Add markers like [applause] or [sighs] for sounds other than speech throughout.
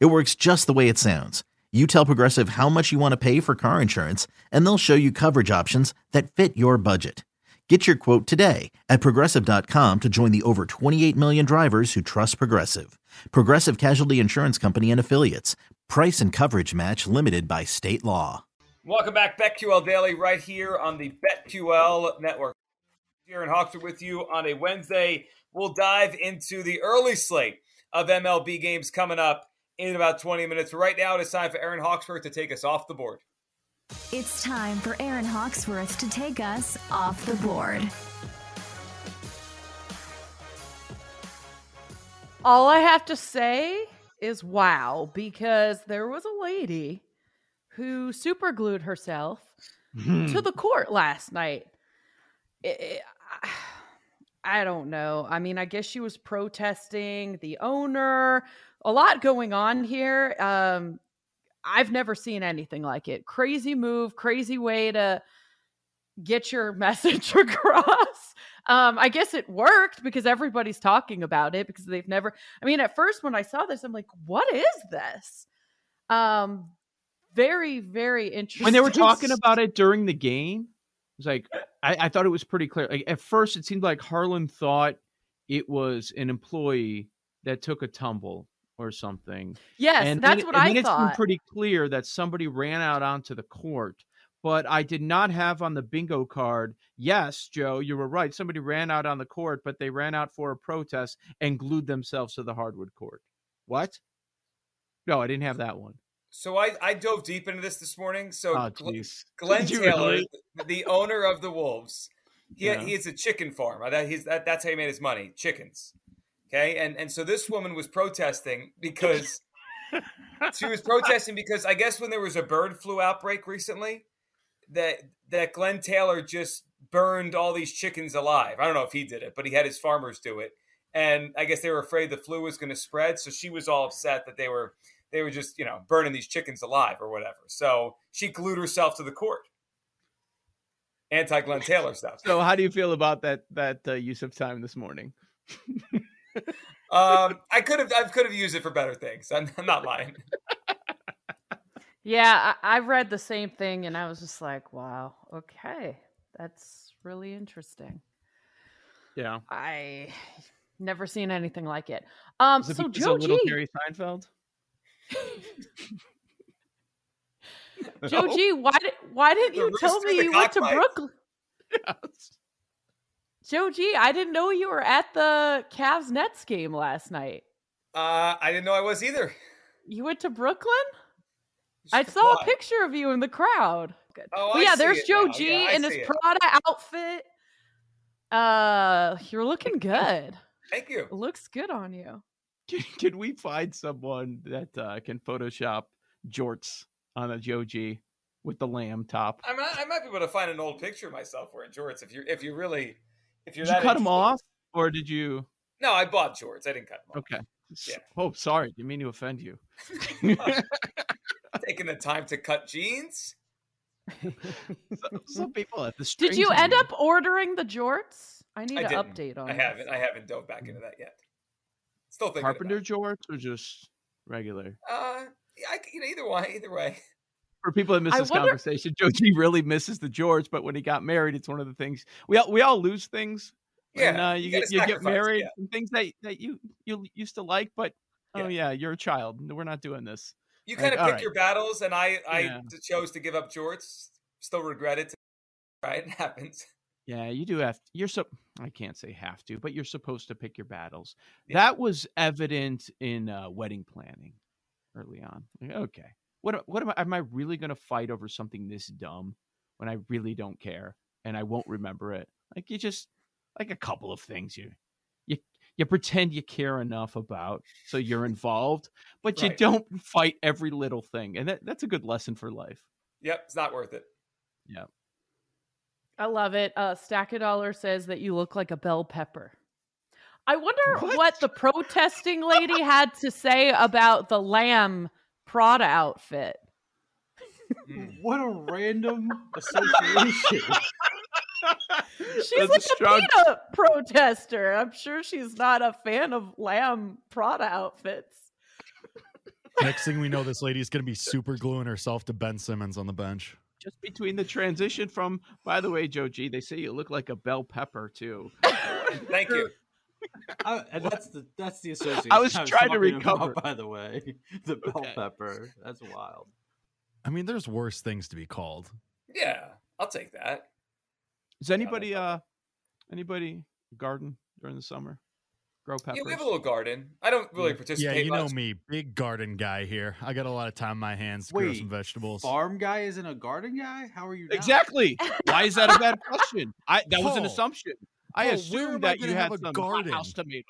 It works just the way it sounds. You tell Progressive how much you want to pay for car insurance, and they'll show you coverage options that fit your budget. Get your quote today at progressive.com to join the over 28 million drivers who trust Progressive. Progressive Casualty Insurance Company and Affiliates. Price and coverage match limited by state law. Welcome back, BetQL Daily, right here on the BetQL Network. Aaron Hawks are with you on a Wednesday. We'll dive into the early slate of MLB games coming up in about 20 minutes. Right now, it is time for Aaron Hawksworth to take us off the board. It's time for Aaron Hawksworth to take us off the board. All I have to say is wow, because there was a lady who superglued herself Hmm. to the court last night. It- it- I- [sighs] I don't know. I mean, I guess she was protesting the owner. A lot going on here. Um, I've never seen anything like it. Crazy move, crazy way to get your [laughs] message across. Um, I guess it worked because everybody's talking about it because they've never. I mean, at first when I saw this, I'm like, "What is this?" Um, very, very interesting. when they were talking about it during the game, it was like I, I thought it was pretty clear. Like at first, it seemed like Harlan thought it was an employee that took a tumble or something. yes, and that's then, what and I then It's thought. been pretty clear that somebody ran out onto the court. But I did not have on the bingo card. Yes, Joe, you were right. Somebody ran out on the court, but they ran out for a protest and glued themselves to the hardwood court. What? No, I didn't have that one. So I, I dove deep into this this morning. So Oh, Gl- jeez. Glenn Did [laughs] you Taylor, really? the owner of the Wolves, he, Yeah. he is a chicken farm. That he's that, that's how he made his money, chickens. Okay, and and so this woman was protesting [laughs] because she was protesting because I guess when there was a bird flu outbreak recently, that that Glenn Taylor just burned all these chickens alive. I don't know if he did it, but he had his farmers do it, and I guess they were afraid the flu was going to spread. So she was all upset that they were they were just you know burning these chickens alive or whatever. So she glued herself to the court. Anti Glenn Taylor stuff. [laughs] So, how do you feel about that that uh, use of time this morning? Um, I could have I could have used it for better things. I'm, I'm not lying. yeah, I, I read the same thing, and I was just like, "Wow, okay, that's really interesting." Yeah. I [sighs] never seen anything like it. Um, Is it so because of Joe little G, Jerry [laughs] Seinfeld? Joe G, why did [laughs] why didn't The you tell rooster, me the you went to cockfight. Brooklyn? Joe G, I didn't know you were at the Cavs Nets game last night. Uh, I didn't know I was either. You went to Brooklyn? I saw a picture of you in the crowd. Good. Oh, But I yeah, see there's it Joe now. G Yeah, I in his see it. Prada outfit. Uh, [laughs] you're looking good. Thank you. Looks good on you. Can, can we find someone that uh, can Photoshop jorts on a Joji with the lamb top? I might, I might be able to find an old picture of myself wearing jorts if you if you really if you're Did you that cut them interested. off, or did you? No, I bought jorts. I didn't cut them off. Okay. S- Yeah. [laughs] Oh, sorry. Didn't mean to [laughs] offend you. [laughs] Taking the time to cut jeans. Some- Some people have the. Did strings you in end them. up ordering the jorts? I need I an didn't. update on I this. haven't I haven't dove back into that yet. Still thinking about carpenter it. jorts or just regular? Uh, yeah, I, c- you know, either way, either way. for people that miss I this wonder- conversation, [laughs] Joe G really misses the George, but when he got married, it's one of the things we all, we all lose things. when, Yeah, uh, you you, gotta get you get sacrifice, married yeah. and things that that you you used to like, but Yeah. oh yeah, you're a child. No, We're not doing this. You Like, kind of all pick right. your battles, and I I Yeah. d- chose to give up jorts. Still regret it. Right, [laughs] it happens. Yeah, you do have. You're so I can't say have to, but you're supposed to pick your battles. Yeah. That was evident in uh, wedding planning early on. Like, okay, what a- what am I? Am I really going to fight over something this dumb when I really don't care and I won't remember it? Like you just like a couple of things you you you you pretend you care enough about so you're involved, but you Right. don't fight every little thing. And that, that's a good lesson for life. Yep, it's not worth it. I love it. Uh, Stack a dollar says that you look like a bell pepper. I wonder What? what, the protesting lady had to say about the lamb Prada outfit. [laughs] Mm. What a random association. She's That's like strong- a PETA protester. I'm sure she's not a fan of lamb Prada outfits. Next thing we know, this lady's going to be super gluing herself to Ben Simmons on the bench. Just between the transition from, by the way, Joe G, they say you look like a bell pepper too. I Thank you. I, and that's the that's the [laughs] association. I was trying to talking about, recover. by the way, [laughs] the bell Okay. pepper. That's wild. I mean, there's worse things to be called. Yeah, I'll take that. Does anybody, uh, anybody garden during the summer? Grow peppers? Yeah, we have a little garden. I don't really participate. yeah, you know much. me, big garden guy here. I got a lot of time on my hands to grow Wait, some vegetables. Farm guy isn't a garden guy. How are you? not? Exactly. Why is that a [laughs] bad question? I that was an Paul, assumption. I Paul, where am assumed I that you gonna have had a some garden? house tomatoes.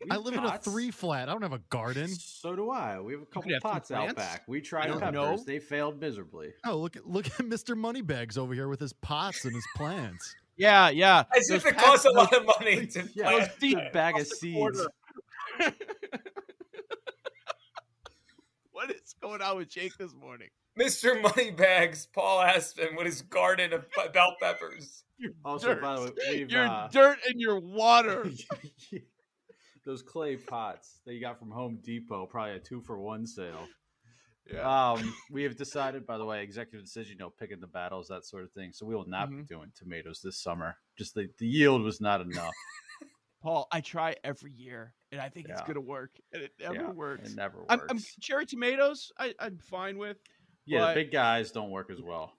We've I live in a got- three flat. I don't have a garden. So do I. We have a couple have some pots out plants. back. We tried don't peppers. know. They failed miserably. Oh, look at look at Mr. Moneybags over here with his pots and his plants. [laughs] Yeah, yeah. As Those if it pack- costs a those- lot [laughs] of money to Yeah, plant. those deep bag of cost a quarter. [laughs] seeds. what is going on with Jake this morning? Mr. Moneybags, Paul Aspen, with his garden of pe- bell peppers. Also, by the way, dirt. we've, your uh, dirt and your [laughs] water. those clay pots that you got from Home Depot, probably a two for one sale. Yeah. Um, we have decided, by the way, executive decision, you know, picking the battles, that sort of thing. So we will not Mm-hmm. be doing tomatoes this summer. Just the, the yield was [laughs] not enough. Paul, I try every year, and I think it's Yeah. gonna work, and it never Yeah, works. It never works. I'm, I'm cherry tomatoes. I, I'm fine with. yeah, but- the big guys don't work as well.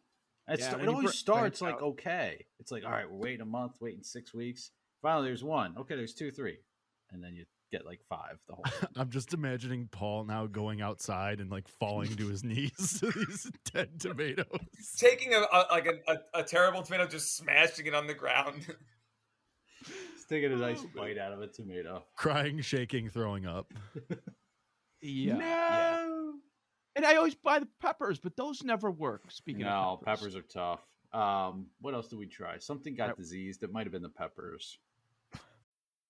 It's, Yeah, when it you always br- starts branch like out. okay. It's like all right, we're waiting a month, waiting six weeks. Finally, there's one. Okay, there's two, three, and then you get like five the whole. [laughs] thing. I'm just imagining Paul now going outside and like falling to his [laughs] knees to these dead tomatoes. [laughs] Taking a, a like a, a, a terrible tomato, just smashing it on the ground. [laughs] Just taking a Oh, nice bite out of a tomato. Crying, shaking, throwing up. Yeah. yeah. And I always buy the peppers, but those never work. Speaking of no, peppers. are tough. Um, what else did we try? Something got Yep. diseased. It might have been the peppers.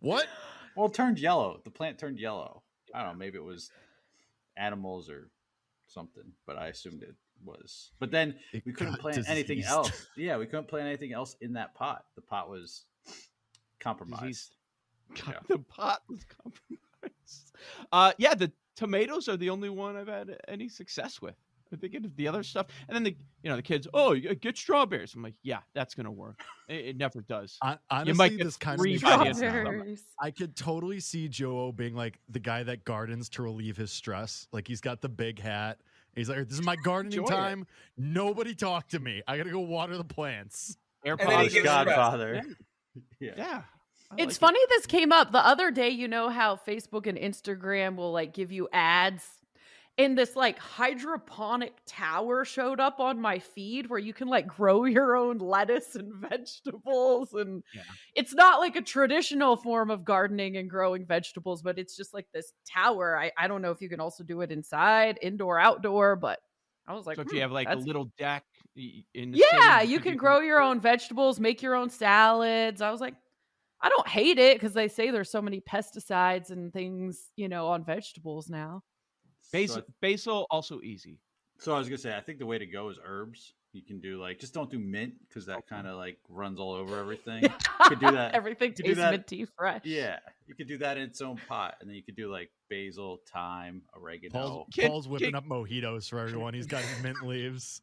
What? Well, it turned yellow. The plant turned yellow. I don't know. Maybe it was animals or something, but I assumed it was. But then It we couldn't got plant anything diseased. else. Yeah, we couldn't plant anything else in that pot. The pot was compromised. Diseased. God, Yeah. the pot [laughs] was compromised. Uh, yeah, the tomatoes are the only one I've had any success with. I'm thinking of the other stuff, and then the you know the kids. Oh, you get strawberries. I'm like, yeah, that's gonna work. It, it never does. Hon- You Honestly, might get this kind of three makes by the sense now. end of the summer. I could totally see Joe being like the guy that gardens to relieve his stress. Like he's got the big hat. He's like, "This [laughs] is my gardening Enjoy it. time. Nobody talk to me. I gotta go water the plants." And then he AirPods. gives God. rest. Godfather. [laughs] Yeah. Yeah, I It's like funny this came up the other day. You know how Facebook and Instagram will like give you ads? And this like hydroponic tower showed up on my feed where you can like grow your own lettuce and [laughs] vegetables. And Yeah. it's not like a traditional form of gardening and growing vegetables, but it's just like this tower. I, I don't know if you can also do it inside, indoor, outdoor, but I was it. like, So if "Hmm, you have like a that's little deck y- in the sitting yeah, room, you can grow your own vegetables, make your own salads. I was like, I don't hate it because they say there's so many pesticides and things, you know, on vegetables now. So, basil. I- Basil also easy. so I was gonna say, I think the way to go is herbs. You can do like just don't do mint because that kind of like runs all over everything. [laughs] could do that. [laughs] Everything Could do tastes that. minty fresh. yeah, you could do that in its own pot, and then you could do like basil, thyme, oregano. Paul's, Kid- Paul's whipping kid- up mojitos for everyone. He's got his mint [laughs] leaves.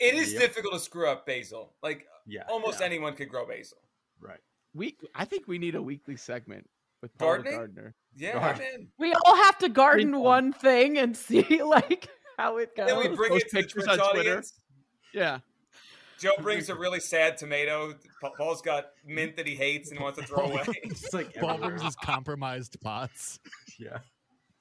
It is Yep. difficult to screw up basil. Like Yeah, almost yeah, anyone could grow basil. right. We I think we need a weekly segment with Paul Gardening? Gardner. Yeah, Gar- I'm in. We all have to garden Green- one thing and [laughs] see like how it And then we goes. bring Post it to the pictures Twitch on Twitter. audience. Yeah. Joe [laughs] brings a really sad tomato. Pa- Paul's got mint that he hates and wants to [laughs] throw away. It's like Paul everywhere. brings his compromised pots. [laughs] yeah.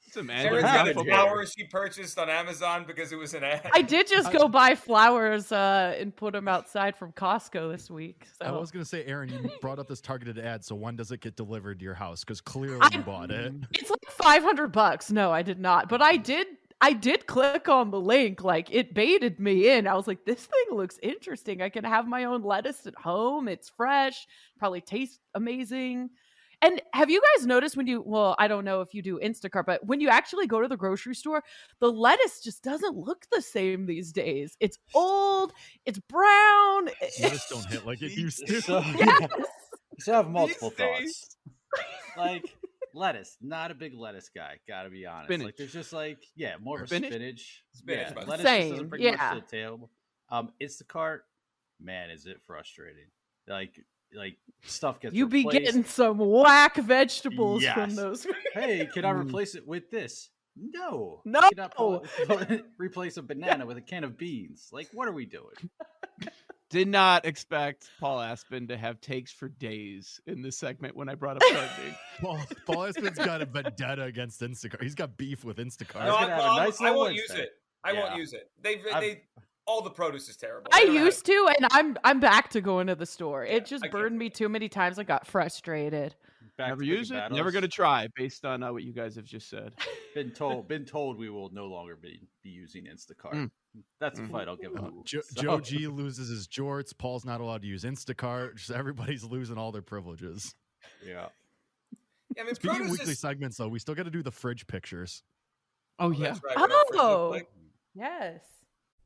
It's a man. Sharon's got a happened here? flower she purchased on Amazon because it was an ad. I did just go buy flowers uh, and put them outside from Costco this week. So I was gonna say, Aaron, you brought up this targeted ad. So when does it get delivered to your house? Because clearly you I- bought it. it's like 500 bucks. No, I did not. But I did I did click on the link. Like it baited me in. I was like this thing looks interesting. I can have my own lettuce at home. It's fresh. Probably tastes amazing. And have you guys noticed when you well, I don't know if you do Instacart, but when you actually go to the grocery store, the lettuce just doesn't look the same these days. It's old, it's brown. You just don't [laughs] hit like it used to. [laughs] So, Yes. so I have multiple days- thoughts. Like lettuce, not a big lettuce guy. Gotta be honest. Spinach. Like there's just like yeah, more of a Spinach? spinach. Spinach, yeah, but- lettuce just Same, doesn't bring much yeah. to the table. Um, Instacart, man, is it frustrating? Like like stuff gets You be replaced. getting some whack vegetables from Yes. those. Hey, can I Mm. replace it with this? No, No. You cannot pull- [laughs] replace a banana with a can of beans. Like, what are we doing? Did not expect Paul Aspen to have takes for days in this segment when I brought up [laughs] gardening. Paul, Paul Aspen's got a vendetta against Instacart. He's got beef with Instacart. I no, was I, gonna have a I- nice I little won't use Wednesday. it. I won't Yeah. use it. They, I've- they, all the produce is terrible. I don't know how used to, and I'm I'm back to going to the store. Yeah, it just I get burned that. me too many times. I got frustrated. Back never to picking use it. Never going to battles. try based on uh, what you guys have just said. Oh, [laughs] Been told, been told we will no longer be, be using Instacart. Mm. That's Mm. a fight I'll give Uh, up. Jo- Oh, [laughs] So- Joe G loses his jorts. Paul's not allowed to use Instacart. Just everybody's losing all their privileges. Yeah. I mean, Speaking of produce weekly is. segments, though, we still got to do the fridge pictures. Oh Oh, yeah. that's right, we don't freeze Oh. it quick. Yes.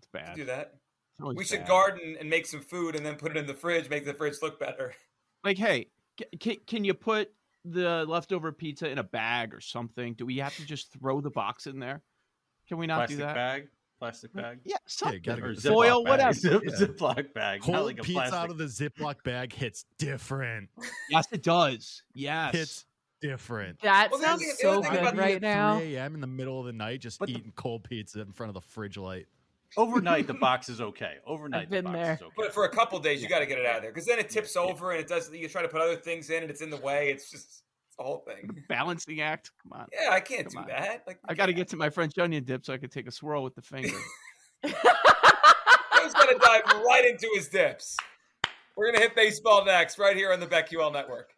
It's We should bad. Do that. It's always We should bad. garden and make some food and then put it in the fridge, make the fridge look better. [laughs] Like, hey, can, can you put the leftover pizza in a bag or something? Do we have to just throw the box in there? Can we not Plastic do that? bag. Plastic bag. Yeah, something. Mm. gotta go Or to Ziploc Foil, bag. whatever. [laughs] Zip, Yeah. Ziploc bag. Cold not like a pizza plastic. out of the Ziploc bag hits different. Yes, it does. Yes. Hits different. That Well, the other sounds thing- the so other thing good about me right now. 3 a.m. in the middle of the night, just But the- eating cold pizza in front of the fridge light. [laughs] Overnight, the box is okay. Overnight, been the box there. is okay. But for a couple days, you got to get it out of there because then it tips Yeah. over and it does. You try to put other things in and it's in the way. It's just it's the whole thing. Balancing act. Come on. Yeah, I can't Come do on. that. Like I [laughs] got to get to my French onion dip so I can take a swirl with the finger. Joe's gonna dive right into his dips. We're gonna hit baseball next, right here on the BetQL Network.